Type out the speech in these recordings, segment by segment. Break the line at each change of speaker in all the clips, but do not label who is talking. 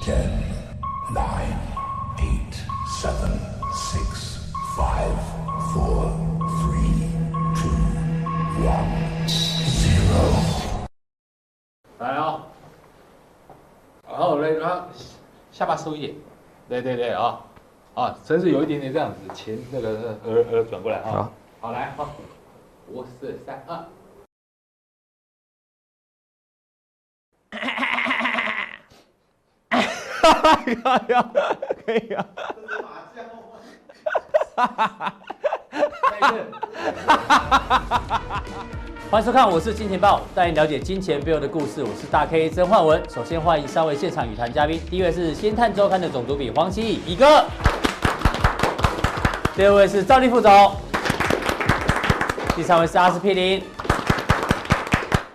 Ten, nine, eight, seven, six, five, four, three, two, one, zero。
来啊、然后嘞，然后下巴收一点，对对对啊、啊，甚至有一点点这样子，前那个耳耳转过来啊、
好
好来好，五四三二，
可以啊，可以啊，
再一次，
欢迎收看，我是金钱豹，带你了解金钱背后的故事。我是大 K 曾焕文。首先欢迎三位现场语坛嘉宾，第一位是《先探周刊》的总主笔黄奇义一哥，第二位是赵立副总，第三位是阿司匹林。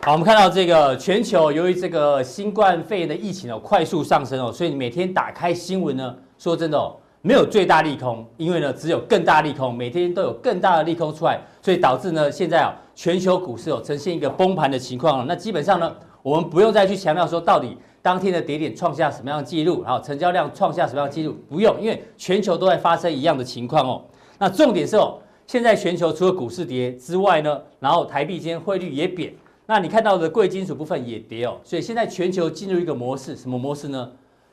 好，我们看到这个全球由于这个新冠肺炎的疫情哦快速上升哦，所以你每天打开新闻呢，说真的哦，没有最大利空，因为呢只有更大利空，每天都有更大的利空出来，所以导致呢现在哦全球股市哦呈现一个崩盘的情况哦。那基本上呢，我们不用再去强调说到底当天的跌点创下什么样的记录，然后成交量创下什么样的记录，不用，因为全球都在发生一样的情况哦。那重点是哦，现在全球除了股市跌之外呢，然后台币今天汇率也贬，那你看到的贵金属部分也跌哦，所以现在全球进入一个模式，什么模式呢？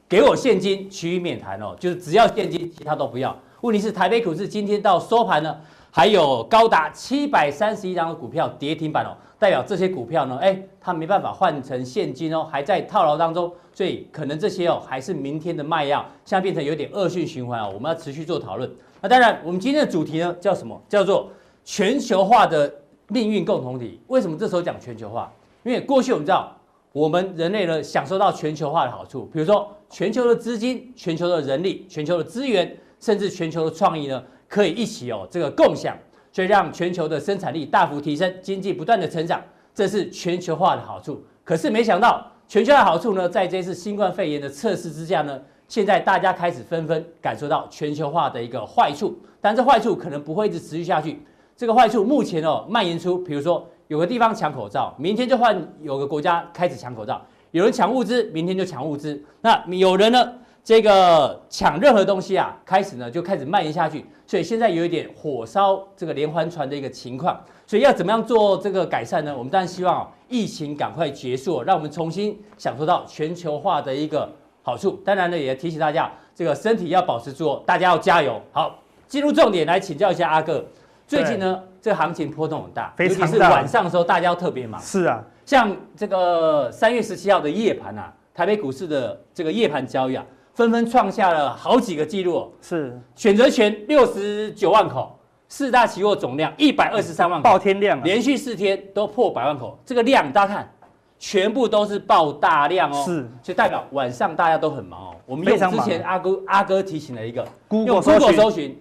给我现金，其余免谈哦，就是只要现金，其他都不要。问题是台北股市今天到收盘呢，还有高达七百三十一张的股票跌停板哦，代表这些股票呢，哎，它没办法换成现金哦，还在套牢当中，所以可能这些哦还是明天的卖药，现在变成有点恶性循环哦，我们要持续做讨论。那当然，我们今天的主题呢叫什么？叫做全球化的命运共同体。为什么这时候讲全球化？因为过去我们知道，我们人类呢享受到全球化的好处，比如说全球的资金、全球的人力、全球的资源，甚至全球的创意呢，可以一起哦这个共享，所以让全球的生产力大幅提升，经济不断的成长，这是全球化的好处。可是没想到，全球化的好处呢，在这次新冠肺炎的测试之下呢，现在大家开始纷纷感受到全球化的一个坏处，但这坏处可能不会一直持续下去。这个坏处目前哦蔓延出，比如说有个地方抢口罩，明天就换有个国家开始抢口罩；有人抢物资，明天就抢物资。那有人呢，这个抢任何东西啊，开始呢就开始蔓延下去，所以现在有一点火烧这个连环船的一个情况。所以要怎么样做这个改善呢？我们当然希望、哦、疫情赶快结束、让我们重新享受到全球化的一个好处。当然呢，也提醒大家，这个身体要保持住哦，大家要加油。好，进入重点，来请教一下阿哥。最近呢，这个行情波动很大，
非常大
尤其是晚上的时候，大家要特别忙。
是啊，
像这个三月十七号的夜盘啊，台北股市的这个夜盘交易啊，纷纷创下了好几个记录、哦，
是
选择权六十九万口，四大期货总量一百二十三万口，
爆天量啊，
连续四天都破百万口，这个量大家看，全部都是爆大量哦，
是，
就代表晚上大家都很忙哦。我们用
非常
之
忙啊
前阿哥阿哥提醒了一个
Google
用
搜寻
Google 搜寻，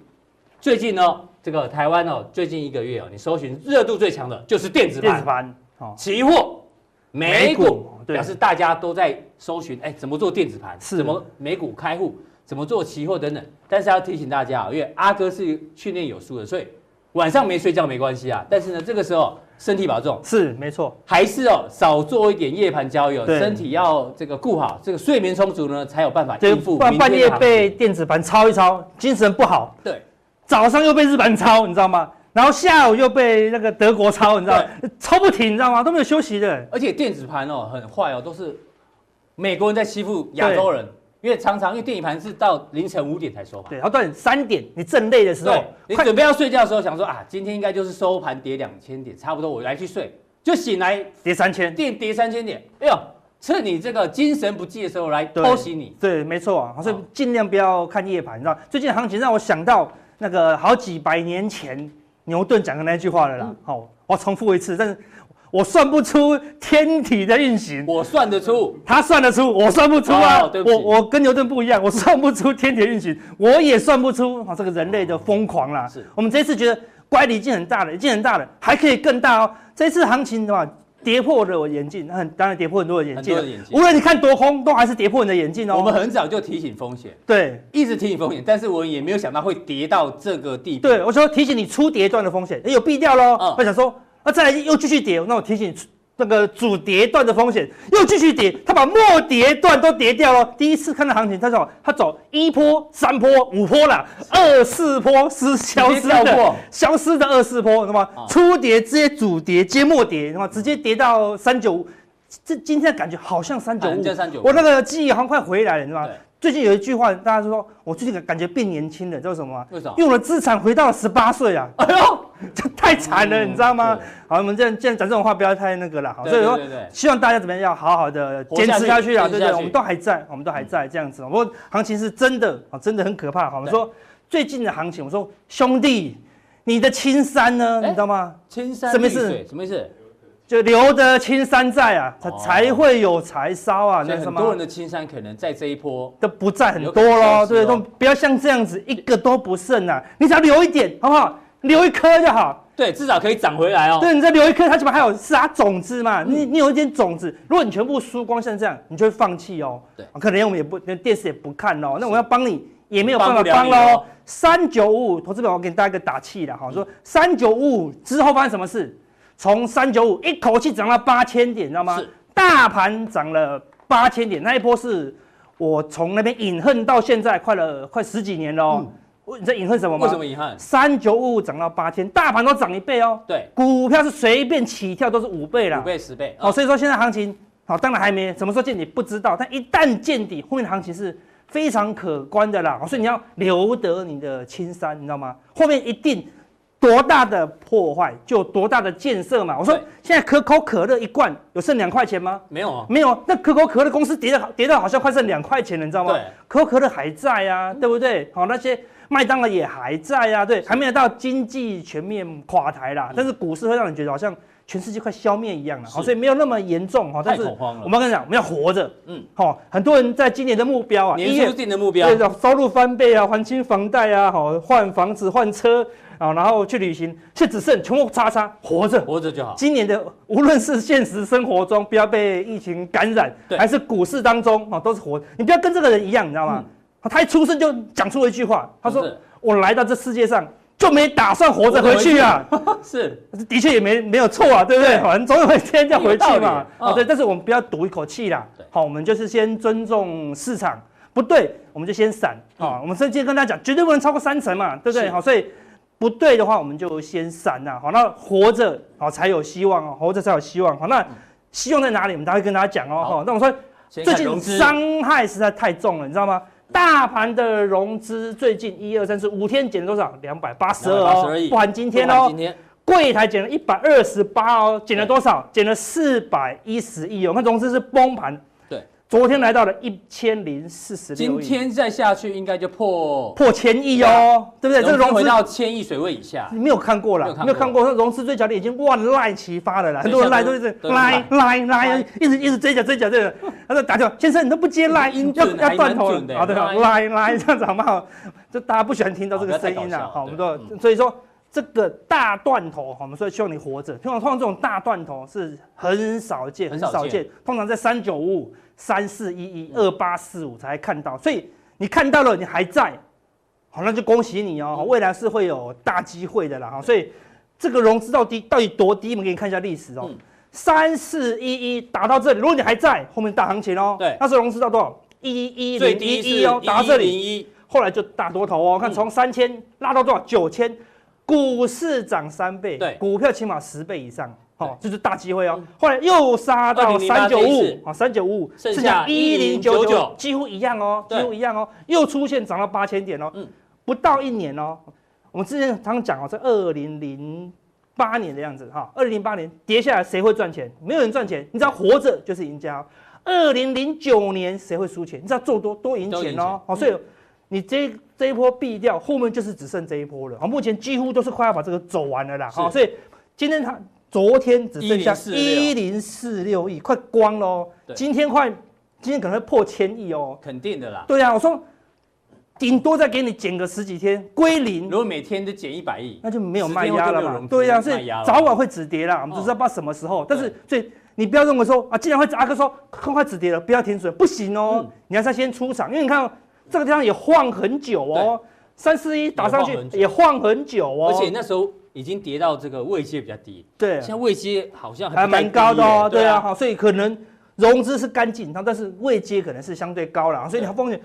最近呢、这个台湾哦，最近一个月哦，你搜寻热度最强的就是电子
电子
盘、
盘哦，
期货、美
美
股，
股对
表示大家都在搜寻，哎，怎么做电子盘？
是
怎么美股开户？怎么做期货等等？但是要提醒大家啊，因为阿哥是训练有素的，所以晚上没睡觉没关系啊。但是呢，这个时候身体保重，
是没错，
还是哦，少做一点夜盘交易哦，
对
身体要这个顾好，这个睡眠充足呢，才有办法
这
应付
不然
明
半
天
夜
的行
被电子盘抄一抄，精神不好，
对
早上又被日本抄，你知道吗？然后下午又被那个德国抄，你知道吗，抄不停，你知道吗？都没有休息的，
而且电子盘哦很坏哦，都是美国人在欺负亚洲人，因为常常因为电子盘是到凌晨五点才收盘
对，。然后到你三点你正累的时候
对，，你准备要睡觉的时候，想说啊，今天应该就是收盘跌两千点，差不多我来去睡，就醒来
跌三千，
电跌三千点，哎呦，趁你这个精神不济的时候来
对
偷袭你。
对，没错啊，所以尽量不要看夜盘，你知道吗，最近的行情让我想到那个好几百年前牛顿讲的那句话了
嗯
啦，好，我重复一次，但是我算不出天体的运行。
我算得出，
他算得出，我算不出啊！
哦对不起
我我跟牛顿不一样，我算不出天体的运行，我也算不出 啊这个人类的疯狂啦。
是
我们这次觉得乖离已经很大了，已经很大了，还可以更大哦。这次行情的话，跌破了我眼镜，很当然跌破很多的眼镜
很
了
多的眼，镜
无论你看多空，都还是跌破你的眼镜哦。
我们很早就提醒风险，
对
一直提醒风险，但是我也没有想到会跌到这个地步。
对，我说提醒你出跌段的风险，也有避掉喽。啊
嗯
我想说，那再来又继续跌，那我提醒你出那个主跌段的风险，又继续跌，它把末跌段都跌掉了。第一次看到行情，它走它走一波、三波、五波啦，二四波是消
直
失
接跳
的
过，啊
消失的二四波，那么初跌直接主跌接末跌，那么直接跌到三九五。这今天感觉好像三九
啊
五
你叫395，
我那个记忆好像快回来了，你知道吗
对？
最近有一句话，大家说我最近感觉变年轻了，知道什么吗？
为什么
因为我的资产回到了十八岁啊！哎呦， 这太惨了，
嗯
你知道吗
对？
好，我们这样这样讲这种话不要太那个了，好，
对
所以
对
说
对对
希望大家怎么样要好好的
活下
坚
去
持下去啊，对
坚持
不对？
下去嗯
我们都还在，我们都还在这样子。不过行情是真的啊，真的很可怕。好，我们
对
说最近的行情，我说兄弟，你的青山呢？
哎
你知道吗？
青山
什么
绿
意思
水什么意思？
就留得青山在啊，才
哦
才会有柴烧啊，
所
那
以
什
很
么？
多人的青山可能在这一波
都不在很
有
多
可能
喽，
消失
对不对？
哦
都不要像这样子，一个都不剩啊！你只要留一点，好不好？留一颗就好。
对，至少可以涨回来哦。嗯
对，你再留一颗，它起码还有撒种子嘛。你你有一点种子，如果你全部输光，像这样，你就会放弃哦。
对
啊可能连我们也不，连电视也不看哦。那我要帮你，也没有办
帮
法
不了嗯
帮
你
喽
哦。
三九五五，投资表，我给大家一个打气了哈，说三九五五之后发生什么事？从三九五一口气涨到八千点，你知道吗
是？
大盘涨了八千点，那一波是我从那边隐恨到现在，快了快十几年了、哦。我你在隐恨什么
嗯
吗？
为什么遗憾？
三九五五涨到八千，大盘都涨一倍哦。
对，
股票是随便起跳都是五倍啦。
五倍十倍。
好、
哦，
所以说现在行情好、当然还没什么时候见底不知道，但一旦见底，后面的行情是非常可观的啦。哦所以你要留得你的青山，你知道吗？后面一定多大的破坏就有多大的建设嘛。我说
对
现在可口可乐一罐有剩两块钱吗？
没有啊，
没有，那可口可乐公司跌的跌到好像快剩两块钱了，你知道吗
对？
可口可乐还在啊，对不对？好、那些麦当劳也还在啊，对，还没有到经济全面垮台啦，但是股市会让你觉得好像全世界快消灭一样了，
嗯
好，
是
所以没有那么严重哈、但
太
是
恐慌了
我们要跟你讲，我们要活着，嗯
嗯，
好、很多人在今年的目标啊，一
年
月
初定的目标
对，的，收入翻倍啊，还清房贷啊，好、换房子换车啊，然后去旅行，现在只剩全部叉叉活着。
活着就好。
今年的无论是现实生活中不要被疫情感染，
对
还是股市当中哦，都是活。你不要跟这个人一样，你知道吗？他一出生就讲出了一句话，他说
是：“
我来到这世界上就没打算活着回去啊。
是”
的确也没没有错啊，对不对？反正总有一天要回去
有道。
嘛
理
哦，
嗯
对，但是我们不要赌一口气啦
对。
好，我们就是先尊重市场，不对我们就先闪啊。我们今天跟大家讲，绝对不能超过三成嘛，对不
嗯
对？
是
好，所以不对的话，我们就先闪呐、好，那活着好才有希望哦，活着才有希望。好，那希望在哪里？我们待会跟大家讲哦。
嗯好
好，那我说
先
最
看融
近
资
伤害实在太重了，你知道吗？大盘的融资最近一二三四五天减了多少？两百八十二哦
282亿，
不含今天
不
哦
管。今天
柜台减了一百二十八哦，减了多少？减了四百一十亿哦。那融资是崩盘，
对，
昨天来到了一千零四十六
今
亿，
天再下去应该就破，
破千亿哦，对不对？这个
啊融
融
资回
资
到千亿水位以下
你。没有看过啦
没有，看过
没有看过，那融资追加点已经万籁齐发了啦，很多人赖都一直
对
赖
对
赖赖，一直一直追加追加追加，他说打电话，先生你都不接赖，
音
要
准
要
还
断头
蛮
了
准，的
好的，
赖
赖赖这样子好不好？就大家不喜欢听到这个
好不要
声
太
音
搞笑
啊，好，我们
对
说，所以说这个大断头，好我们说希望你活着，通常通常这种大断头是很少见，很
很少
少见
见，
通常在三九五五、三四一一、二八四五才看到，所以你看到了，你还在。好，那就恭喜你
嗯
哦，未来是会有大机会的啦哈。所以这个融资到底到底多低？我们给你看一下历史哦
嗯，
三四一一打到这里，如果你还在，后面大行情哦。
对
那时候融资到多少？一一
最
零
低是
一一哦，打到这
零
里，
一，
后来就大多
嗯
头哦。看从三千拉到多少？九千，股市涨三倍，
对嗯
股票起码十倍以上。好，这是大机会哦。后来又杀到三
2008
九
这一
五
次，
啊，三九五五，
剩下
一零九九
10999，
几乎一样哦，几
对
乎一样哦，又出现涨到八千点哦
嗯，
不到一年哦。我们之前常常讲哦，在二零零八年的样子哈，二零零八年跌下来谁会赚钱？没有人赚钱，你只要活着就是赢家哦。二零零九年谁会输钱？你只要做多多赢
多
钱
赢
哦
钱。
好，所以你这这一波避掉，后面就是只剩这一波了。好，哦目前几乎都是快要把这个走完了啦。
是
好，所以今天它昨天只剩下一
1046
零四六亿，快光喽。
对
今天快，今天可能会破千亿哦。
肯定的啦。
对啊，我说顶多再给你减个十几天归零
如，果每天都减一百亿，
那就没有
时
卖
间会
压
就
了
没有
嘛
融。资
对呀、
卖
所以
压了
早晚会止跌啦，我们只
哦
知道不知道什么时候。但是
对
所以你不要认为说啊，既然会止，阿哥说快快止跌了，不要停损，不行哦，
嗯
你还是要先出场，因为你看、哦、这个地方也晃很久哦，三四一打上去
也晃很久
也晃很久哦，
而且那时候已经跌到这个位阶比较低，
对
现，在位阶好像
还
不太
蛮高的哦，
啊低耶
对啊，，好，所以可能融资是干净，然后但是位阶可能是相对高了，所以你
对
风险，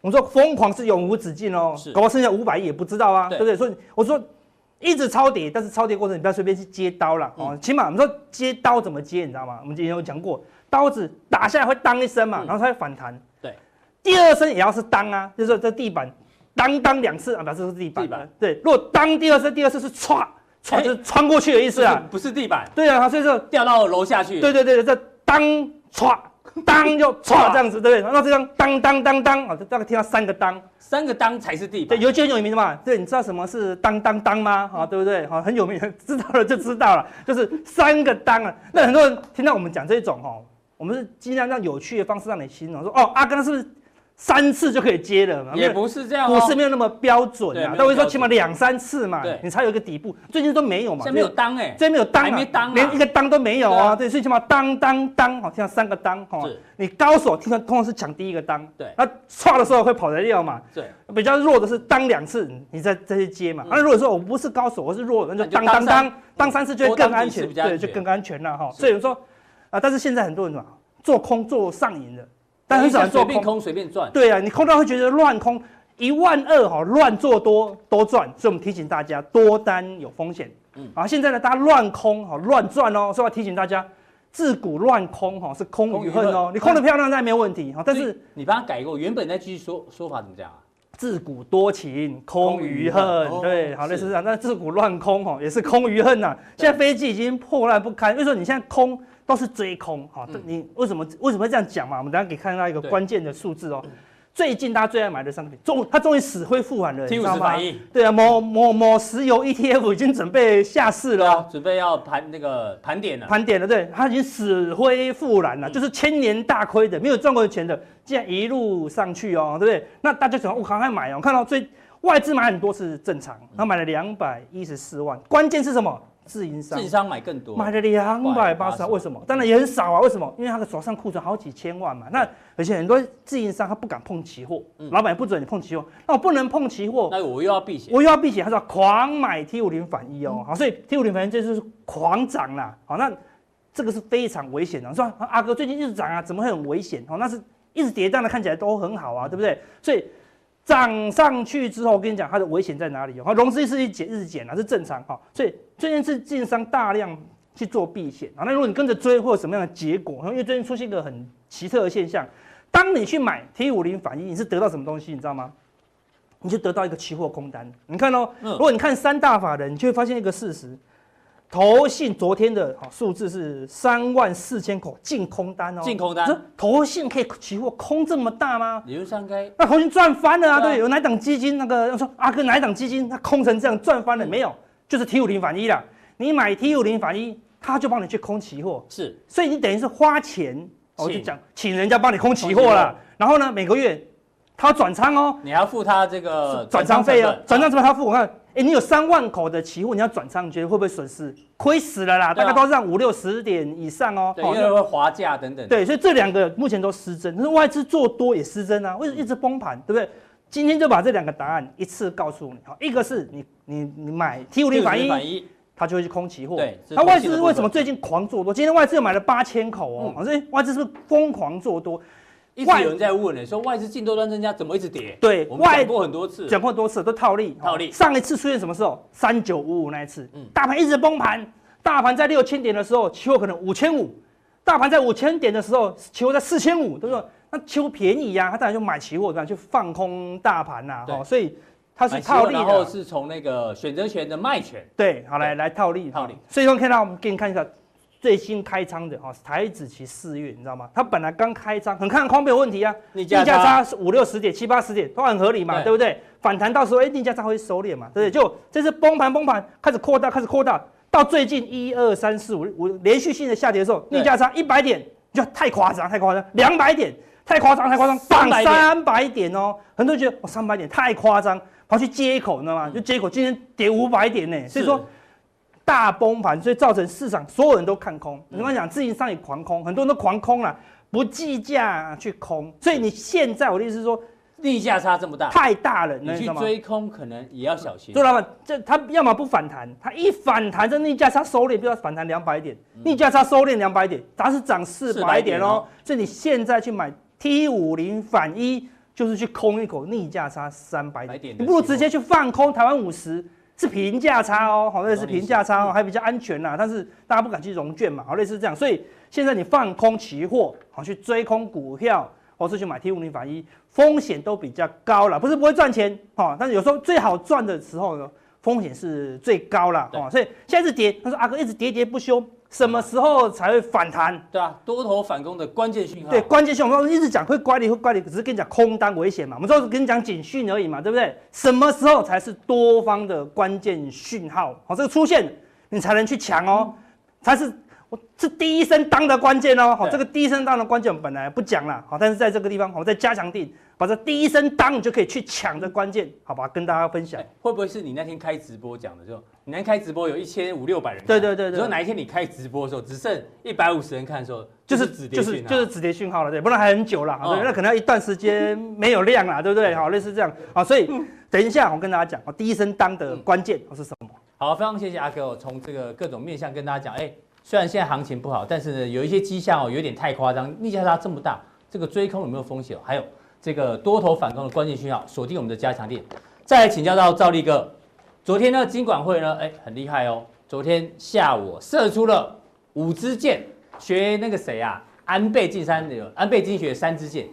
我说疯狂是永无止境哦
是，
搞到剩下五百亿也不知道啊，
对
对不对？所以我说一直超跌，但是超跌过程你不要随便去接刀了
嗯
哦，起码我们说接刀怎么接，你知道吗？我们之前有讲过，刀子打下来会当一声嘛，
嗯
然后它会反弹，
对，
第二声也要是当啊，就是说这地板当当两次啊，表示是地板，
地板
对，如果当第二声，第二次是歘歘
哎
就是穿过去的意思啊，
不是地板
对啊，所以说。
掉到楼下去，
对对对，这当歘当就歘这样子，对不对？那这样当当当当啊，就大概听到三个当。
三个当才是地
对，
板，
有些很有名的嘛，对，你知道什么是当当当吗？啊，对不对？好，很有名，知道了就知道了， 就是三个当啊。那很多人听到我们讲这种哦，我们是尽量让有趣的方式让你形容，说哦，阿刚是不是三次就可以接了？
也不是这样
股
哦，
市没有那么标准
对没
啊
有，
但我
标
就说
准
起码两三次嘛
对，
你才有一个底部。最近都没有嘛，
现在没有当哎，
这边有当、啊，
还没当啊
连一个当都没有
对啊
啊！对，最起码当当当，好，听到三个当，哈
是，
你高手听到通常是抢第一个当，
对
那唰的时候会跑得掉嘛，
对，
比较弱的是当两次，你再再去接嘛。啊那、如果说我不是高手，我是弱的，那就当
嗯那就当
当
三
当当三次就会
多当
更安
几次
全，
比较安
对，
全
就更安全了哈。所以我说啊、但是现在很多人什么做空做上瘾的，但很少人
随
做
便
空。
空随便赚，
对啊，你空到会觉得乱空一万二哈，乱做多多赚，所以我们提醒大家多单有风险。
嗯
嗯，啊，现在呢，大家乱空哈，乱赚哦，所以我要提醒大家，自古乱空哈是空与恨
空与
哦
恨。
你空的漂亮那没有问题哈，但
所
是
以你帮他改过，原本那句说说法怎么讲啊？
自古多情空余
空
恨
余恨，
对，
哦
好类似
是嗯
这样。那自古乱空哦，也是空余恨呐、现在飞机已经破烂不堪，为什么你现在空都是追空？哈、
嗯
你为什么为什么会这样讲嘛？我们等一下可以看到一个
对
关键的数字哦。最近大家最爱买的商品，终它终于死灰复燃了，
T
你
五
知道
十
吗
反？应，
对啊，某某某石油 ETF 已经准备下市了
对啊，
哦、
准备要盘那个盘点了，
盘点了，对，它已经死灰复燃了，就是千年大亏的，没有赚过钱的，竟然一路上去哦，对不对？那大家想，我赶快买哦，看到最外资买很多是正常，他买了两百一十四万，关键是什么？自营商
自营商买更多，
买了两百八十
280
万，为什么？当然也很少啊，为什么？因为他的手上库存好几千万嘛。那而且很多自营商他不敢碰期货，
嗯
老板不准你碰期货，那我不能碰期货，
那我又要避险，嗯
我又要避险，他说狂买 T 五零反一哦，好，所以 T 五零反一这就是狂涨啦，好，那这个是非常危险的。说啊阿哥最近一直涨啊，怎么会很危险？哦，那是一直跌，但的看起来都很好啊，对不对？所以涨上去之后，我跟你讲它的危险在哪里哦，好融资是一减日减啊，是正常哈、哦，所以最近是经商大量去做避险啊，那如果你跟着追，会有什么样的结果？因为最近出现一个很奇特的现象，当你去买 T 五零反一，你是得到什么东西？你知道吗？你就得到一个期货空单。你看哦，
嗯
如果你看三大法人，你就会发现一个事实：投信昨天的好数字是三万四千口净空单哦。
净空单
这投信可以期货空这么大吗？
理论上应该
那投信赚翻了啊！
对啊
对，有哪一档基金那个要说阿哥哪一档基金它空成这样赚翻了没有？就是 T 五零反一啦。你买 T 五零反一，他就帮你去空期货。
是
所以你等于是花钱，哦我就
请
讲请人家帮你空期
空
货
期
啦
货。
然后呢，每个月他要转仓哦，
你还要付他这个
转仓费啊，
呃成
转仓怎么他付？我看，哎，你有三万口的期货，你要转仓，你觉得会不会损失？亏死了啦，
对
大
啊
概都让五六十点以上哦。
本
哦
对，因为会滑价等等，，
对，所以这两个目前都失真，可是外资做多也失真啊，为什
嗯
么一直崩盘，对不对？今天就把这两个答案一次告诉你，好，一个是你你你买 T 五零反一，
反一
它就会去空期货。
对这是嗯
那
空
外
气的
资
部
为什么
分
最近狂做多？今天外资又买了八千口哦，所以外资是不是疯狂做多？
一直
外
有人在问你说外资净多单增加怎么一直跌？
对
我们
外
讲过很多次，
讲过多次都套利，
套利
哦上一次出现什么时候？三九五五那一次，
嗯
大盘一直崩盘，大盘在六千点的时候，期货可能五千五，大盘在五千点的时候，期货在四千五，对不对？
嗯
那期货便宜啊呀、他当然就买期货，对吧？去放空大盘呐、
对
哦，所以它是
买期
套
货
利的
然后是从那个选择权的卖权，
对，好
对
来来套利
套利。
所以说看到我们给你看一下最新开仓的哈，哦台子期四月，你知道吗？它本来刚开仓，很看空没有问题啊，
逆价差
是五六十点、七八十点都很合理嘛，
对嗯
对不对？反弹到时候哎，逆价差会收敛嘛，对不对？就这次崩盘崩盘开始扩大，开始扩大，到最近一二三四五五连续性的下跌的时候，
对
逆价差一百点，你就太夸张，太夸张，两百点。太夸张，太夸张，放
300点
三百点哦！很多人觉得哇，三百点太夸张，跑去接一口，你知道
嗯
吗？就接一口，今天跌五百点呢，所以说大崩盘，所以造成市场所有人都看空。你刚讲自营商也啊狂空，很多人都狂空了，不计价去空。所以你现在我的意思是说，
逆价差这么大，
太大了，
你
你
去
知道吗？
追空可能也要小心
周。老板，这它要么不反弹，它一反弹，这逆价差收敛，比如说反弹两百点，逆价差收敛两百点，它是涨嗯四
400
百点
点
哦
哦。
所以你现在去买 T 五零反一，就是去空一口逆价差三百
百
点
点，的
你不如
期货
直接去放空台湾五十，是平价差哦，好，类似
懂你
平价差哦，还比较安全啦。但是大家不敢去融券嘛，好，类似这样。所以现在你放空期货，好去追空股票。或是去买 T 五零反一，风险都比较高了，不是不会赚钱哦，但是有时候最好赚的时候呢，风险是最高了
对
哦，所以现在是跌，他说啊阿哥一直跌跌不休，什么时候才会反弹？
对啊，多头反攻的关键讯号。
对，关键性我们一直讲会乖离会乖离，只是跟你讲空单危险嘛，我们都跟你讲警讯而已嘛，对不对？什么时候才是多方的关键讯号？哦好、这个出现你才能去抢哦，才是我是第一声当的关键哦。好、
对
这个第一声当的关键我们本来不讲啦，哦好、但是在这个地方我们再加强定，把这第一声当你就可以去抢的关键，好吧？跟大家分享
哎。会不会是你那天开直播讲的？就你那天开直播有一千五六百人看，
对对对对
只有哪一天你开直播的时候，只剩一百五十人看的时候，
就是
止
就
跌
是
讯号
就是止跌讯号了，对，不然还很久了，好
哦
对那可能要一段时间没有量 啦，对不对？好，类似这样啊，所以
嗯
等一下我跟大家讲，哦第一声当的关键哦是什么？
好，非常谢谢阿哥、哦，从这个各种面向跟大家讲，哎，虽然现在行情不好，但是呢，有一些迹象哦，有点太夸张，逆价差这么大，这个追空有没有风险哦、还有这个多头反攻的关键讯号，锁定我们的加强点。再来请教到赵力哥，昨天呢，金管会呢，哎，很厉害哦，昨天下午哦射出了五支箭，学那个谁啊，安倍晋三的安倍经学三支箭，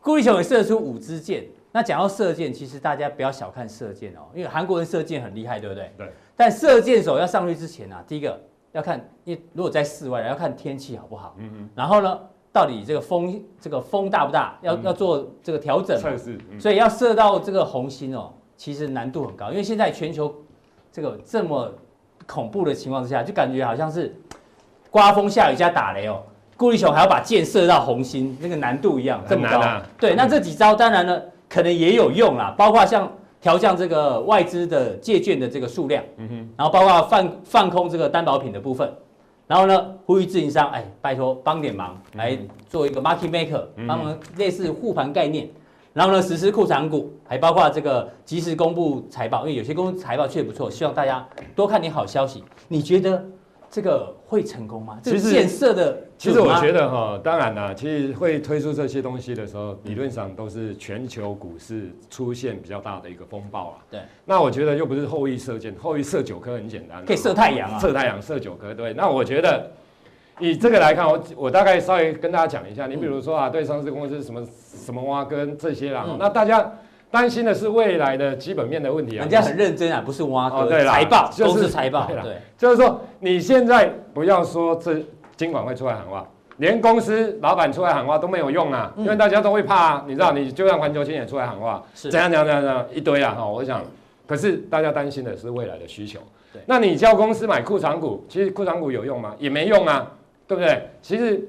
顾立雄也射出五支箭。那讲到射箭，其实大家不要小看射箭哦，因为韩国人射箭很厉害，对不对？
对。
但射箭手要上去之前啊，第一个要看，因为如果在室外，要看天气好不好。嗯嗯。然后呢，到底这个风这个风大不大，要、要做这个调整嘛。
测试，嗯
所以要射到这个红心哦，其实难度很高，因为现在全球这个这么恐怖的情况之下，就感觉好像是刮风下雨加打雷哦。顾立雄还要把箭射到红心，那个难度一样这
很
么
难
高。
啊
对，那这几招当然呢，可能也有用啦，包括像调降这个外资的借券的这个数量，嗯哼，然后包括放放空这个担保品的部分，然后呢，呼吁自营商，哎，拜托帮点忙，
嗯
来做一个 market maker，帮忙类似护盘概念。然后呢，实施库藏股，还包括这个及时公布财报，因为有些公司财报确实不错，希望大家多看点好消息。你觉得这个会成功吗？这个
其实
建设的，
其实我
得。
觉得哈，当然啦，其实会推出这些东西的时候，理论上都是全球股市出现比较大的一个风暴啊。
对，
那我觉得又不是后羿射箭，后羿射九颗很简单啊，
可以射太阳啊
射太阳射九颗。对，那我觉得以这个来看，我我大概稍微跟大家讲一下，你比如说啊，对上市公司什么什么蛙跟这些啦，
嗯
那大家担心的是未来的基本面的问题啊。
人家很认真啊，不是挖
哦
哥，
对啦
财报
就是
都是财报，
对啦哦
对，
就是说你现在不要说这监管会出来喊话，连公司老板出来喊话都没有用啊，
嗯
因为大家都会怕啊。你知道，你就像环球金也出来喊话，
是
怎样怎样怎样怎样一堆啊哈。我想，可是大家担心的是未来的需求
对。
那你叫公司买库藏股，其实库藏股有用吗？也没用啊，对不对？其实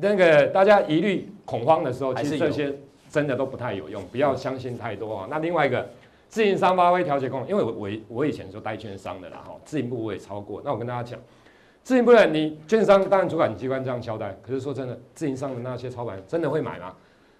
那个大家疑虑恐慌的时候，
还
其
是
实
有嗯
这些真的都不太有用，不要相信太多啊。那另外一个。自营商发挥调节功能，因为我我我以前就带券商的啦哈，自营部我也超过。那我跟大家讲，自营部的你券商当然主管机关这样交代，可是说真的，自营商的那些操盘人真的会买吗？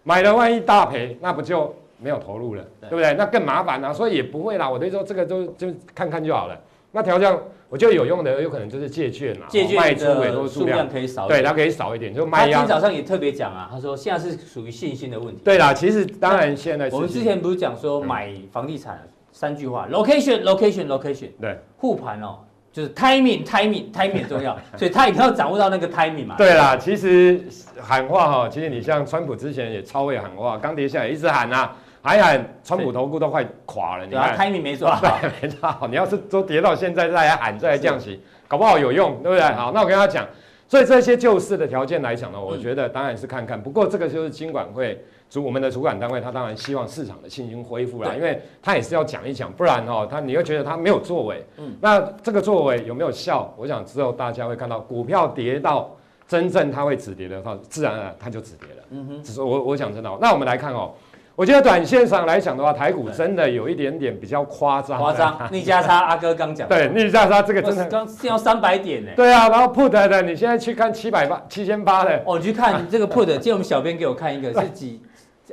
买了万一大赔，那不就没有投入了，
对
对不对？那更麻烦啦、啊所以也不会啦。我对说这个都就看看就好了。那调降我觉得有用的，有可能就是借券啊，
借
卖
券
出委
的
托
数
数
量
量，
可以少一
对，
点。
它可以少一点，就
他
卖
今
压
天。早上也特别讲啊，他说现在是属于信心的问题。
对啦，其实当然现在
我们之
是嗯
前不是讲说买房地产三句话：location、location、location。
对
护盘哦，就是 timing、timing、timing 很重 要，所以他一定要掌握到那个 timing 嘛。
对啦，其实喊话哈，其实你像川普之前也超会喊话，钢铁侠也一直喊啊，喊一喊，川普头部都快垮了，你
对啊
看。
，timing 没抓好。
对，没错。你要是都跌到现在再来喊再来降息，搞不好有用，对不对？好，那我跟他讲，所以这些救市的条件来讲呢，我觉得当然是看看。不过这个就是金管会主我们的主管单位，他当然希望市场的信心恢复啦，
对
因为他也是要讲一讲，不然哦，他你会觉得他没有作为。
嗯
嗯，那这个作为有没有效？我想之后大家会看到，股票跌到真正它会止跌的话，自然而然它就止跌了。
嗯哼，
只是我我想真的哦、那我们来看哦。我觉得短线上来讲的话，台股
对
真的有一点点比较夸张，
夸 张，逆价差，阿哥刚讲。
对，逆价差这个真
哇，
的，
刚要三百点呢。
对啊，然后 put 的，你现在去看七百八、七千八的，
哦，你去看这个 put，今天我们小编给我看一个是几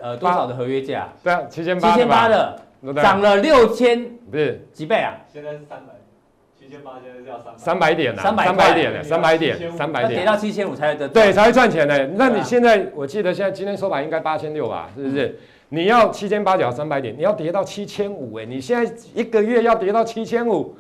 呃多少的合约价？
对啊，七千
七
八，
千八，的
对不对
涨了六千
不是
几倍啊？
现在是三百，七千八，现在是要三
三百点啊，
300块
三百点，三百点，
7500
三百
要跌
点，
到七千五才得
对，才会赚钱呢。那
啊对
你
啊嗯
现在，我记得现在今天收盘应该八千六吧，是不是？你要七千八角三百点，你要跌到七千五，哎，你现在一个月要跌到七千五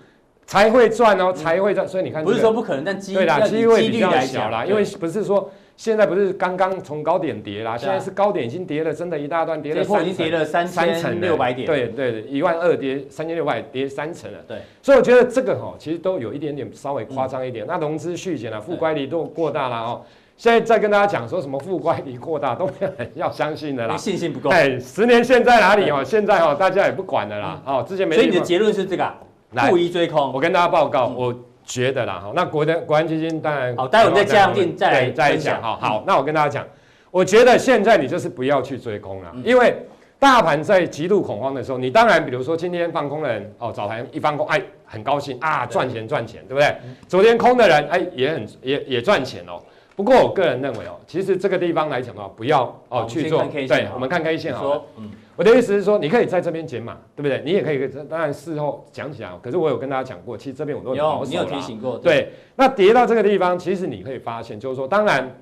才会赚哦，才会赚。所以你看
嗯
这个，
不是说不可能，但机
对啦，
要以
机会
率
比较
来
小
讲
啦，
对
因为不是说现在不是刚刚从高点跌啦，现在是高点已经跌了，真的一大段
啊
跌
这
了
一波已
三
经
成
跌。了三
三成
千六百点，，
对对，一万二跌三千六百，跌三成了。
对，
所以我觉得这个哈、其实都有一点点稍微夸张一点。那融资续减了，
嗯
负
对
乖离度过大了哦。现在再跟大家讲说什么负乖离过大，都没有人要相信的
因
啦
为。信心不够，
哎，十年线在哪里哦？现在哦，大家也不管了啦。哦，之前
嗯
没
所以你
地
的
方
结论是这个啊
来
不宜追空。
我跟大家报告，
嗯
我觉得啦，哈，那国的国安基金当然
好待会我们再加强定再来
对再
分享嗯
讲哈。好，那我跟大家讲，我觉得现在你就是不要去追空
嗯
了，因为大盘在极度恐慌的时候，你当然比如说今天放空的人哦，早盘一放空，哎，很高兴啊，赚钱赚钱，对不对？昨天空的人，哎，也很也也赚钱哦。不过我个人认为哦，其实这个地方来讲的话，不要
好我
哦
们
去
先
做
看 K 线
对
好，了
我们看 K
你
线好了。
说，嗯，
我的意思是说，你可以在这边减码，对不对？你也可以，当然事后讲起来，哦可是我有跟大家讲过，其实这边我都
你
很
有
保守
你有
啦
提醒过，，
对，那跌到这个地方，其实你可以发现，就是说，当然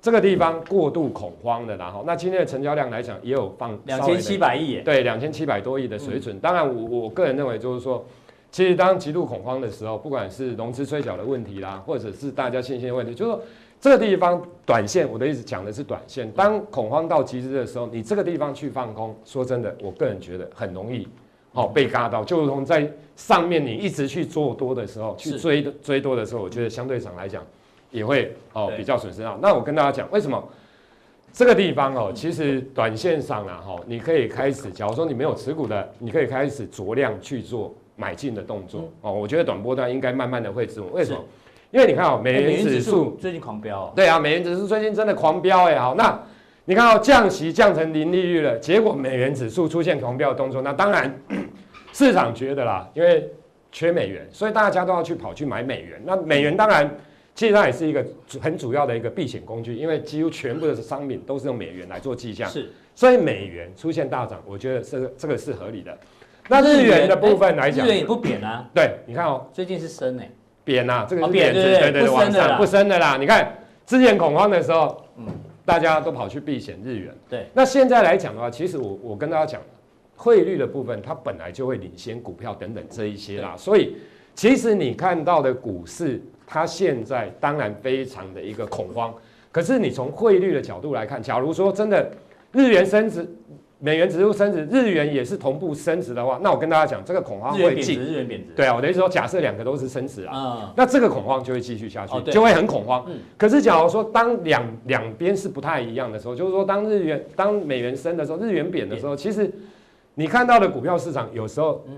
这个地方过度恐慌的啦，哈。那今天的成交量来讲，也有放
两
稍微
千
的
七百亿耶，嗯
对两千七百多亿的水准。当然我，我个人认为就是说，其实当极度恐慌的时候，不管是融资追缴的问题啦，或者是大家信心的问题，就是说这个地方短线，我的意思讲的是短线。当恐慌到极致的时候，你这个地方去放空，说真的，我个人觉得很容易。哦，被嘎到，就如同在上面你一直去做多的时候，去
是
追追多的时候，我觉得相对上来讲，也会哦
对
比较损失到。那我跟大家讲，为什么这个地方哦，其实短线上啊，哈，你可以开始，假如说你没有持股的，你可以开始酌量去做买进的动作、哦。我觉得短波段应该慢慢的会止稳，为什么
是？
因为你看哦，美
哎
元指数
最近狂飙哦，
对啊，美元指数最近真的狂飙哎、好，那你看到、降息降成零利率了，结果美元指数出现狂飙的动作，那当然 市场觉得啦，因为缺美元，所以大家都要去跑去买美元。那美元当然。其实它也是一个主很主要的一个避险工具，因为几乎全部的商品都是用美元来做计价，
是
所以美元出现大涨，我觉得这个这个是合理的。那日元的部分来讲
哎日，元也不贬啊，
对，你看哦，
最近是升哎，
贬啊，这个
哦
是
贬
贬值，
对对
对
不
对对，
升
往
的啦嗯
上不升的啦。你看之前恐慌的时候，大家都跑去避险日元。
对，
那现在来讲的话，其实我我跟大家讲，汇率的部分它本来就会领先股票等等这一些啦，所以其实你看到的股市，它现在当然非常的一个恐慌。可是你从汇率的角度来看，假如说真的日元升值，美元指数升值，日元也是同步升值的话，那我跟大家讲，这个恐慌
日元
会
贬值，
进。
日元贬值，，
对啊，我的意思说，假设两个都是升值啊，
嗯，
那这个恐慌就会继续下去，
哦对
就会很恐慌。
嗯
可是假如说当两两边是不太一样的时候，就是说当日元当美元升的时候，日元贬的时候，其实你看到的股票市场有时候，
嗯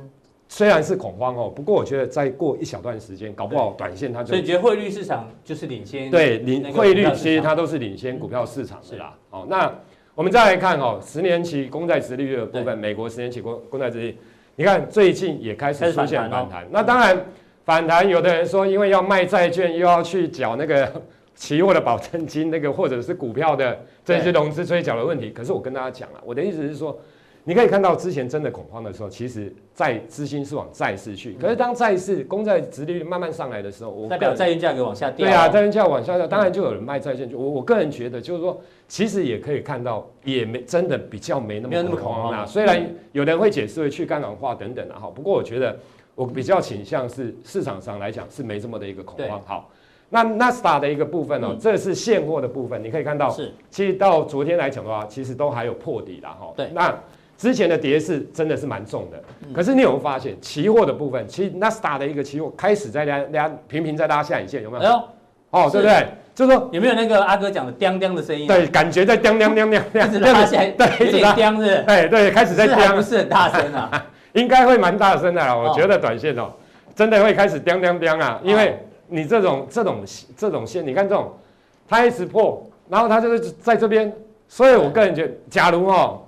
虽然是恐慌哦，不过我觉得再过一小段时间，搞不好短线它就
所以你觉得汇率市场就是领先
对
那
领
个
汇率
股票市
其实
场
它都是领先股票市场的啦。哦，那我们再来看哦，十年期公债殖利率的部
对
分，美国十年期公公债殖利率，你看最近也开
开
始
始
出
反
现
弹哦
反弹。那当然反弹，有的人说因为要卖债券，又要去缴那个 期货的保证金，那个或者是股票的这些
对
融资追缴的问题。可是我跟大家讲啊，我的意思是说。你可以看到，之前真的恐慌的时候，其实债资金是往债市去。可是当债市公债殖利率慢慢上来的时候，我
嗯代
个
表
人
债券价格往下掉，
对啊，债券价往下掉，
嗯
当然就有人卖债券。就我我个人觉得，就是说，其实也可以看到，也没真的比较没那
没有那
么
么啊
恐
恐
慌啦、啊
慌
虽然有人会解释为去杠杆化等等啊，
嗯
哈，不过我觉得我比较倾向是市场上来讲是没这么的一个恐
对
慌。好，那纳斯达的一个部分哦，
嗯
这是现货的部分，你可以看到，
是
其实到昨天来讲的话，其实都还有破底啦，哈。
对嗯
那之前的跌势真的是蛮重的，可是你有没有发现期货的部分，其实纳斯达的一个期货开始在拉拉频频在拉下影线，有没有？
哎呦，
哦，对不对？就是说，
有没有那个阿哥讲的“叮叮”的声音啊？
对，感觉在叮叮叮叮叮，
一直拉起来，
对，
有
一直
点
拉，
僵是
哎，对，开始
不
在
是，是还不
叮，
是很大声啊？
应该会蛮大声的啦。我
哦
觉得短线哦，真的会开始叮叮叮啊，因为你这种这种这种线，你看这种，它一直破，然后它就是在这边，所以我个人觉得，假如哦，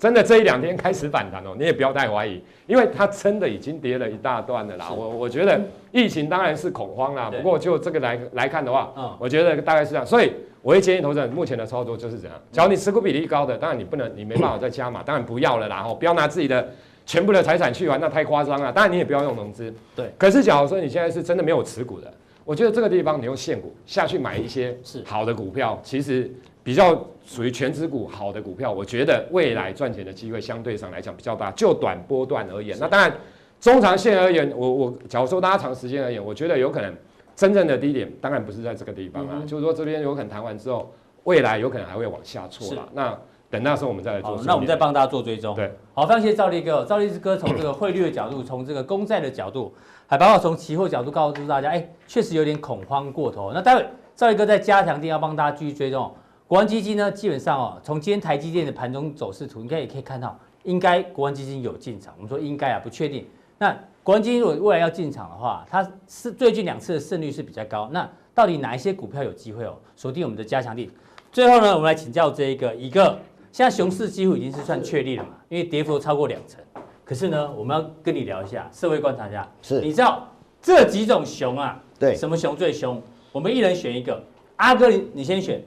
真的这一两天开始反弹哦， 你也不要太怀疑，因为它真的已经跌了一大段了啦。
是嗯
我我觉得疫情当然是恐慌啦，
对
不过就这个来来看的话，
嗯
我觉得大概是这样。所以我会建议投资人目前的操作就是
嗯
怎样，只要你持股比例高的，当然你不能你没办法再 加码，当然不要了啦，吼，不要拿自己的全部的财产去玩，那太夸张了。当然你也不要用融资，
对。
可是假如说你现在是真的没有持股的，我觉得这个地方你用现股下去买一些
是
好的股票，其实比较属于全资股好的股票，我觉得未来赚钱的机会相对上来讲比较大，就短波段而言。那当然，中长线而言，我我假如说拉长时间而言，我觉得有可能真正的低点当然不是在这个地方啊，就是说这边有可能谈完之后，未来有可能还会往下挫啦。那等那时候我们再来做
好
梳，理。
那我们再帮大家做追踪。
对，
好，非常谢谢赵力哥哦。赵力哥从这个汇率的角度，从这个公债的角度，还包括从期货角度告诉大家，哎，确实有点恐慌过头。那待会赵力哥再加强定要帮大家继续追踪哦。国安基金呢，基本上哦，从今天台积电的盘中走势图，应该也可以看到，应该国安基金有进场。我们说应该啊，不确定。那国安基金如果未来要进场的话，它是最近两次的胜率是比较高。那到底哪一些股票有机会哦？锁定我们的加强力。最后呢，我们来请教这一个一个，现在熊市几乎已经是算确立了嘛，因为跌幅都超过两成。可是呢，我们要跟你聊一下，社会观察家，
是
你知道这几种熊啊，
对
什么熊最凶？我们一人选一个，阿哥你你先选，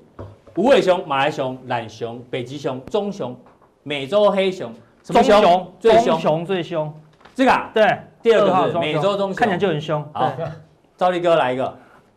无尾熊、马来熊、懒熊、北极熊、棕熊、美洲黑熊，什么
棕
熊最
棕
凶？
熊最凶，
这个、 啊、
对，
第二个
二号
是
棕
美
熊
洲棕熊，
看起来就很凶。
好。赵力哥来一个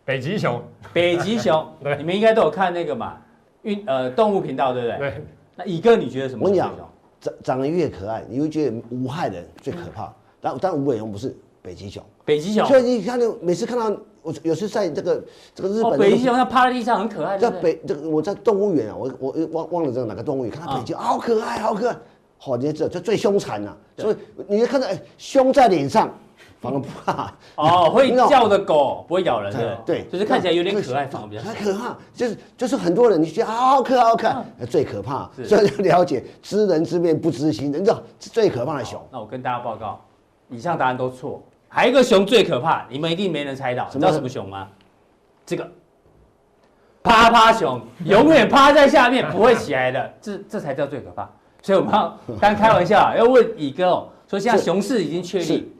北极熊，
北极熊，你们应该都有看那个嘛，运呃动物频道对不对？
对，
那乙哥，你觉得什么
我跟
是
你
最
讲
凶？
长长得越可爱，你会觉得无害的人最可怕。但但无尾熊不是北极熊，
北极熊，
所以你看到每次看到我有时在这个这个日
哦，
本
北
的
极熊它趴在地上很可爱，对
在
不对？
北这个我在动物园啊，我我忘忘了这个哪个动物园，看
啊
到北极，好可爱，好可爱。好，你这这最凶残呐，所以你就看到哎，凶在脸上，反而不怕。
哦， 会
那种
叫的狗不会咬人的，
对，
就是看起来有点可爱，反而比较
很可怕，就是就是很多人你觉得啊好可爱好可爱，最可怕，
是
所以要了解知人知面不知心，你知道是最可怕的熊。
那我跟大家报告，以上答案都错，还有一个熊最可怕，你们一定没人猜到，你知道什么熊吗？这个趴趴熊，永远趴在下面不会起来的，这这才叫最可怕。所以我们 要刚开玩笑啊，要问乙哥哦，说现在
是
熊市已经确
是
立，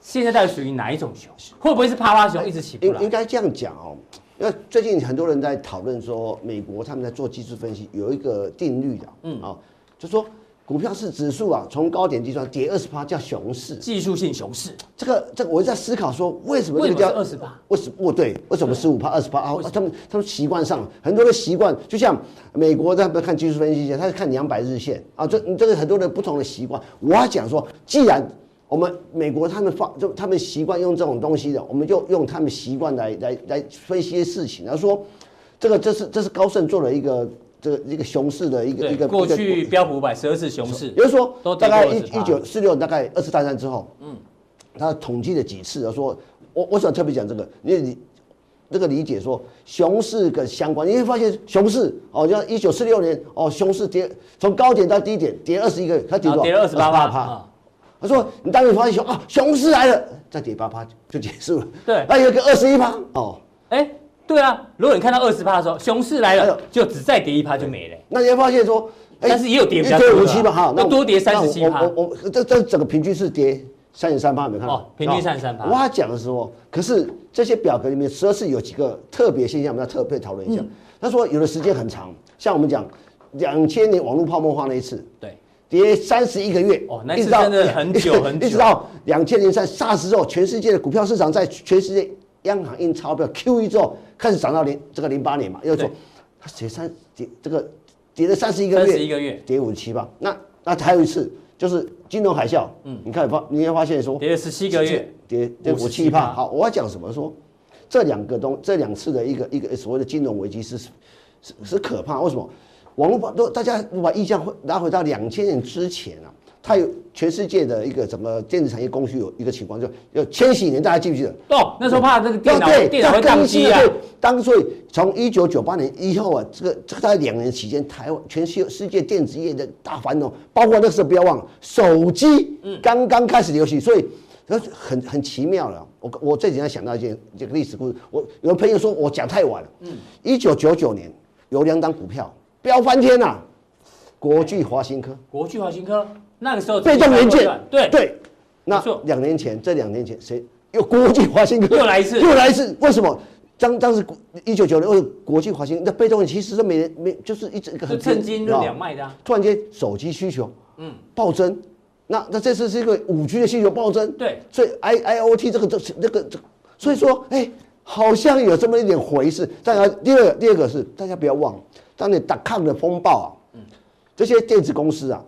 现在到底属于哪一种熊？会不会是趴趴熊一直起不
应
来
应？该这样讲哦，因为最近很多人在讨论说，美国他们在做技术分析有一个定律的，嗯啊、就说股票是指数啊，从高点计算跌二十趴叫熊市。
技术性熊市，
这个这个，我在思考说，为什么
为什么是
这个叫
二十八？
为什不对？为什么十五趴、二十趴啊？他们他们习惯上很多的习惯，就像美国在看技术分析一样，他是看两百日线啊，这这个很多的不同的习惯。我要讲说，既然我们美国他们放就他们习惯用这种东西的，我们就用他们习惯来来来分析一些事情。他说，这个这是这是高盛做了一个这个一个熊市的一个
对
一，个
过
一个
去标普五百十二次熊市
也，就是说
都，跌
大
过
概一
20%
一九四六大概二次大战之后，嗯，他统计了几次，他说，我我想特别讲这个，因为你这个理解说熊市跟相关，你会发现熊市哦，像一九四六年哦，熊市跌从高点到低点跌二十一个月，它跌
然后啊
多少？
跌了二十八
28%
趴。嗯
他说：“你当你发现熊啊，熊市来了，再跌八趴就结束了。
对
那有一个二十一趴哦，
哎，对啊，如果你看到二十趴的时候，熊市来
哎
了
呦，
就只再跌一趴就没了。
那你会发现说，哎
但是也有跌比较
一堆
多的
五
啊
七吧，哈，
那
我
多跌
那我
37%
我我我这这整个平均是跌三十三趴，没看到啊
哦平均33%
我要讲的是说，可是这些表格里面十二是有几个特别现象，我们要特别讨论
嗯
一下。他说有的时间很长，像我们讲两千年网络泡沫化那一次，
对，
跌三十一个月，
哦那
一
次
直到
真的很久 很久
一直到两千年在 SARS 之后，全世界的股票市场在全世界央行印钞票 QE 之后开始涨到零这个零八年嘛，又说
对
它跌三跌这个跌了三十一个
三
月，
十一个月
跌五七吧。那那还有一次就是金融海啸，嗯，你看发你会发现说
跌了十七个月，
跌跌五
57%
七趴。好，我要讲什么说这两个东这两次的一个一个所谓的金融危机是是是可怕，为什么？网络都大家如果把意向会拉回到两千年之前啊，它有全世界的一个整个电子产业供需有一个情况，就有千禧年，大家记不记得？
哦，那时候怕这个电脑
对，
电脑会
要
宕
更新
机啊
对，当所以从一九九八年以后啊，这个这个大概两年期间，台湾全世世界电子业的大繁荣，包括那时候不要忘了手机，刚刚开始流行，所以。然后很很奇妙了，我我这几天想到一件这个历史故事，我有朋友说我讲太晚了。嗯，一九九九年有两档股票飙翻天了、国巨华新科，
国巨华新科那个时候
被动元件
100块对，
对，
没
那
错
两年前，这两年前谁又国际华兴科
又来一次
又来一次，为什么？当当时一九九六国际华兴，那被动元件其实都没没就是一整
就
个很
趁金论两
啊
卖的啊，
突然间手机需求嗯暴增，那那这次是一个五 G 的需求暴增，
对，
所以 I I O T 这个这这个这，所以说哎、好像有这么一点回事。大家第二个第二个是大家不要忘了，当年打抗的风暴啊，
嗯
这些电子公司啊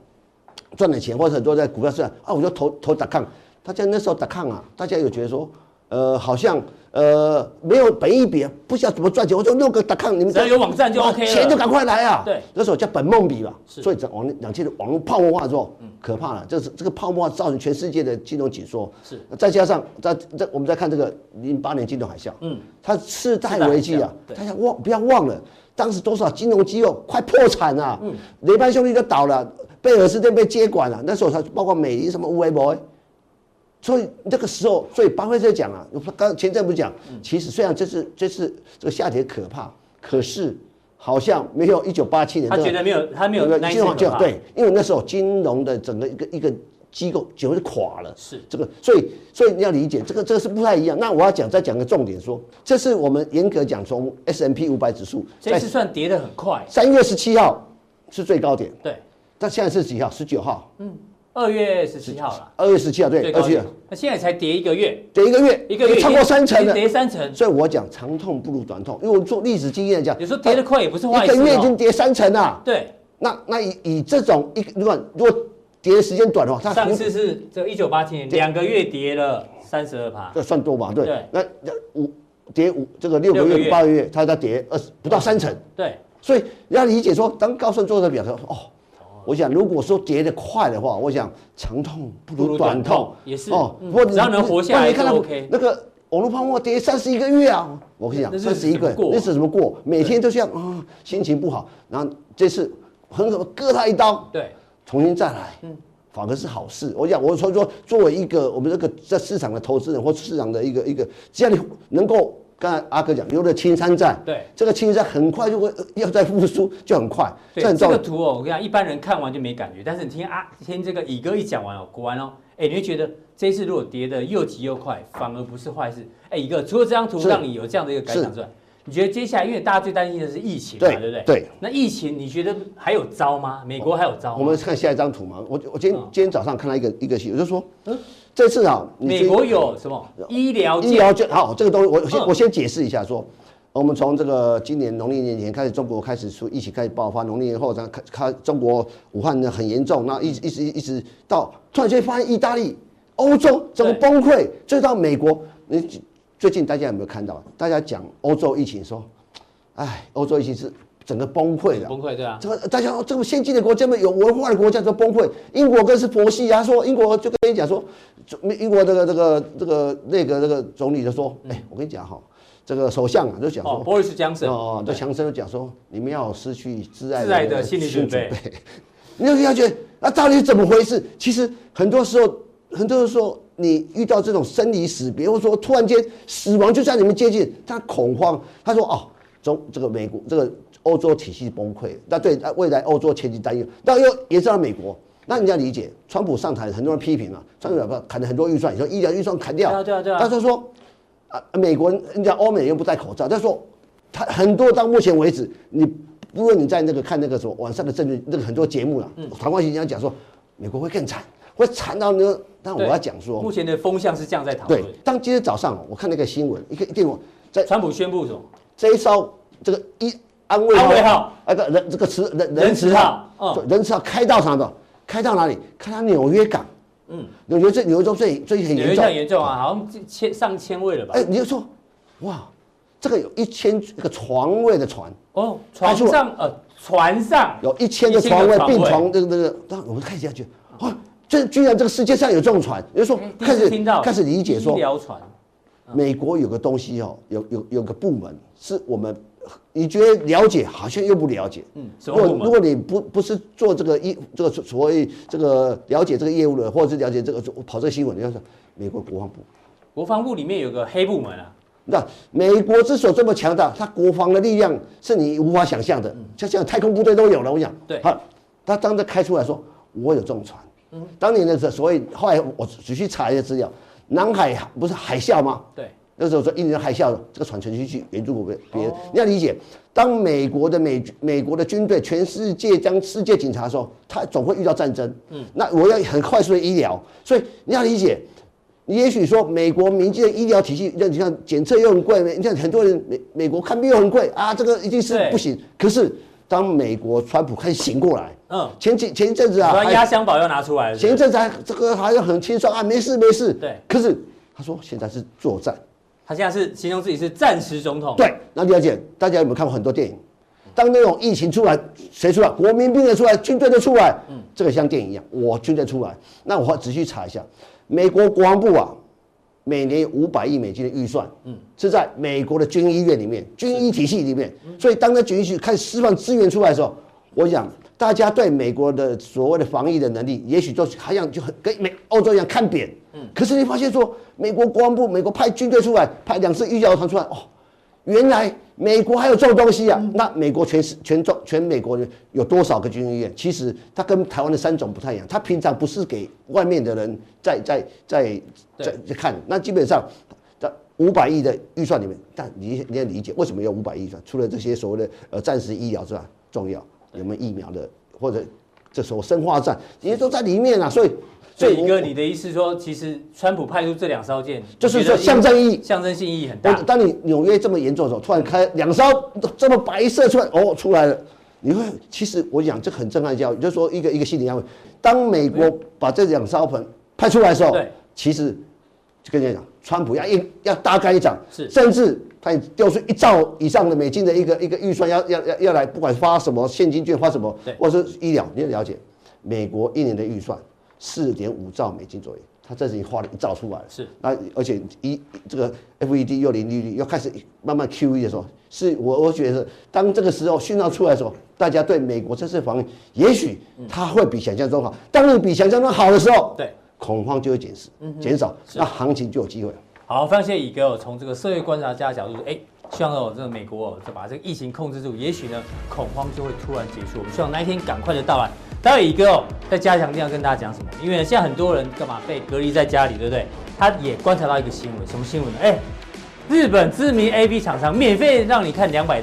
赚了钱或者很多在股票市场啊，我就投投打抗。大家那时候打抗啊，大家有觉得说，呃，好像呃没有本一比，不晓得怎么赚钱，我就弄个打抗，你们
只要有网站就 OK 了
钱就赶快来啊。
对
那时候叫本梦比嘛，
是嗯
所以这网两千的网络泡沫化之后，可怕了。这是这个泡沫化造成全世界的金融紧缩，
是
再加上在在我们再看这个零八年金融海啸，嗯，它次贷危机啊
次贷海啸对，
大家忘不要忘了，当时多少金融机构快破产了、
嗯
雷曼兄弟都倒了，贝尔斯顿被接管了，那时候它包括美林什么乌维博。所以那个时候，所以巴菲特讲啊，刚前阵不讲，其实虽然这次这次这个下跌可怕，可是好像没有一九八七年
他
这个
觉得没有他没有那一
金
次
融
可
就
怕，
对，因为那时候金融的整个一个一个机构几乎是垮了，
是
这个，所以所以你要理解这个这个是不太一样。那我要讲再讲个重点说，这是我们严格讲从 S M P 五百指数
这
在
次算跌得很快，
三月十七号是最高点，
对，
但现在是几号？十九号，
二月十七号了，
二月十七号，对，
最高
而且
点，那现在才跌一个月，
得一个月，
一个月已经
超过三成
已经
了。
跌三成，
所以我讲长痛不如短痛，因为我做历史经验讲，哎
有时候跌得快也不是坏
一
事
个月已经
哦，
跌三成了。
对，
那那以以这种一个如果如果跌的时间短的话，哦它
上次是这一九八七年
跌
两个月跌了三十二趴，
这算多吧？对，
对
那那五跌五这个六个
六个
月
月
八个月，它在跌二十不到三成，
对，
所以你要理解说，当高盛做这表格哦，我想如果说跌得快的话，我想长痛不
不
如
如短
短痛哦
痛也是嗯
不过你
只要能活下来
不过你看
就
到
OK
那个。网络泡沫跌三十一个月啊！我跟你
那
讲，
日子
三十一个
怎么过
日子怎么过？每天都这样啊、心情不好，然后这次狠狠地割他一刀，
对，
重新再来，
嗯
反而是好事。我讲，我说说，作为一个我们这个在市场的投资人或市场的一个一个，只要你能够，刚才阿哥讲留了青山在，
对
这个青山很快就会呃要再复苏，就很快，
对，
很
这
重
个
要。
图哦，我跟你讲，一般人看完就没感觉，但是你听啊，听这个乙哥一讲完哦，果然哦，哎，你会觉得这一次如果跌得又急又快，反而不是坏事。哎，乙哥，除了这张图
是
让你有这样的一个感想之外，你觉得接下来，因为大家最担心的是疫情嘛，
对
对不对？
对。
那疫情你觉得还有招吗？美国还有招吗？
我们看下一张图嘛，我我今天
哦嗯
今天早上看到一个一个新闻，我就说，这次啊，你
美
觉得
国有什么医疗
医
界？
疗就好，这个东西我
嗯
先我先解释一下说。我们从这个今年农历年前开始，中国开始出疫情开始爆发，农历年后，然后开开中国武汉呢很严重，那一直一直一直到突然间发现意大利、欧洲整个
对
崩溃，最到美国。你最近大家有没有看到？大家讲欧洲疫情说，哎，欧洲疫情是整个崩溃的，
崩溃对啊，
这个大家说这个先进的国家嘛，有文化的国家都崩溃。英国更是佛系啊，说英国就跟你讲说，就英国这个这个这个那个这个总理就说，哎、我跟你讲哈，这个首相啊就讲
哦
说，
，Boris Johnson，
哦，这强生就讲说，你们要有失去挚爱
自爱的心理准备，
你就要觉得那到底是怎么回事？其实很多时候，很多时候你遇到这种生离死别，或者说突然间死亡就在你们接近，他恐慌，他说哦，中这个美国这个欧洲体系崩溃，那对那未来欧洲前景担忧，那又延伸到美国。那你要理解，川普上台，很多人批评啊，川普砍了很多预算，你说医疗预算砍掉，
对啊对啊对啊
他就说，啊，美国人人家欧美又不戴口罩，但是说他很多到目前为止，你不论你在那个看那个什么网上的证据，那个很多节目啦，台湾人家讲说美国会更惨，会惨到呢。但我
对
要讲说
目，前啊的风向是这样在讨
对
论。，
当今天早上哦我看那个新闻，一个一定在
川普宣布什么？
这一艘这个一安慰
安慰号，
那个人这个词人
人
词
字号嗯
对人词号开到哪的？开到哪里？开到纽约港。嗯，纽约最纽约州最最很
有
严
一
重
项，严重啊，好像千上千位了吧
哎、？你就说，哇，这个有一千这个床位的船，
哦，床上呃，船上
有一千个床位病床，这个这个，当我们看一下去，哦，这居然这个世界上有这种船，也就是说
哎第一
开
次
始
听到嗯
开始理解说
医，疗船，
美国有个东西哦，有有有个部门是我们你觉得了解，好像又不了解。
嗯，什
如
么
果
部门？
如果你不不是做这个业这个所所谓这个了解这个业务的，或者是了解这个跑这个新闻，你要说美国国防部，
国防部里面有个黑部门啊，
那美国之所以这么强大，它国防的力量是你无法想象的，就像太空部队都有了。我讲，
对
好，他当他开出来说，我有这种船。当年的时候，所以后来我仔细查一些资料，南海不是海啸吗？
对，
那时候说印尼海啸，这个船全去去援助
哦
国别别人。你要理解，当美国的美美国的军队全世界将世界警察的时候，他总会遇到战争。嗯，那我要很快速的医疗，所以你要理解。你也许说美国民间的医疗体系，像你看检测又很贵，你看很多人美美国看病又很贵啊，这个一定是
对
不行。可是当美国川普开始醒过来，
嗯，
前几前一阵子啊，
突然
还
压箱宝又拿出来了，
前一阵子还这个好像很轻松啊，没事没事。
对
可是他说现在是作战，
他现在是形容自己是战时总统，，
对。那了解，大家有没有看过很多电影？当那种疫情出来，谁出来？国民兵的出来，军队的出来。嗯，这个像电影一样，我军队出来。那我仔细查一下，美国国防部啊，每年五百亿美金的预算，嗯，是在美国的军医院里面、军医体系里面。所以当那军医去开始释放资源出来的时候，我想大家对美国的所谓的防疫的能力，也许都是好像就很跟美欧洲一样看扁。嗯，可是你发现说，美国国防部美国派军队出来，派两支医疗团出来，哦，原来美国还有这种东西啊！那美国全世全中全美国人有多少个军医院？其实它跟台湾的三种不太一样，它平常不是给外面的人在在在在在看，那基本上。在五百亿的预算里面，但你你要理解为什么要五百亿预算？除了这些所谓的呃暂时医疗之外，重要有没有疫苗的或者这所生化战，这些都在里面啊。所以
所以
我
一哥，你的意思说，其实川普派出这两艘舰，
就是
你觉得
说象征意义
象征性意义很
当
大。
当你纽约这么严重的时候，突然开两艘这么白色出来，哦，出来了，你会其实我讲这很震撼教育，就是说一个一个心理安慰。当美国把这两艘盆派出来的时候
对，
其实就跟你讲，川普要一要大干一场，
是
甚至他也丢出一兆以上的美金的一个一个预算要要要要来，不管发什么现金券，发什么
对，
或者是医疗，你要了解，美国一年的预算四点五兆美金左右，他这次已经花了一兆出来了，
是
那而且一这个 FED 又零利率又开始慢慢 QE 的时候，是我我觉得当这个时候讯号出来的时候，大家对美国这次防疫，也许它会比想象中好。当你比想象中好的时候，
嗯对，嗯
恐慌就会减少，减少，那行情就有机会了。
好，非常谢谢乙哥哦，从这个社会观察家的角度，哎，希望哦，这个美国哦，这把这个疫情控制住，也许呢，恐慌就会突然结束。我们希望那一天赶快的到来。待会乙哥哦，在加强一定要跟大家讲什么，因为呢，现在很多人干嘛被隔离在家里，对不对？他也观察到一个新闻，什么新闻呢？哎，日本知名 A B 厂商免费让你看两百套。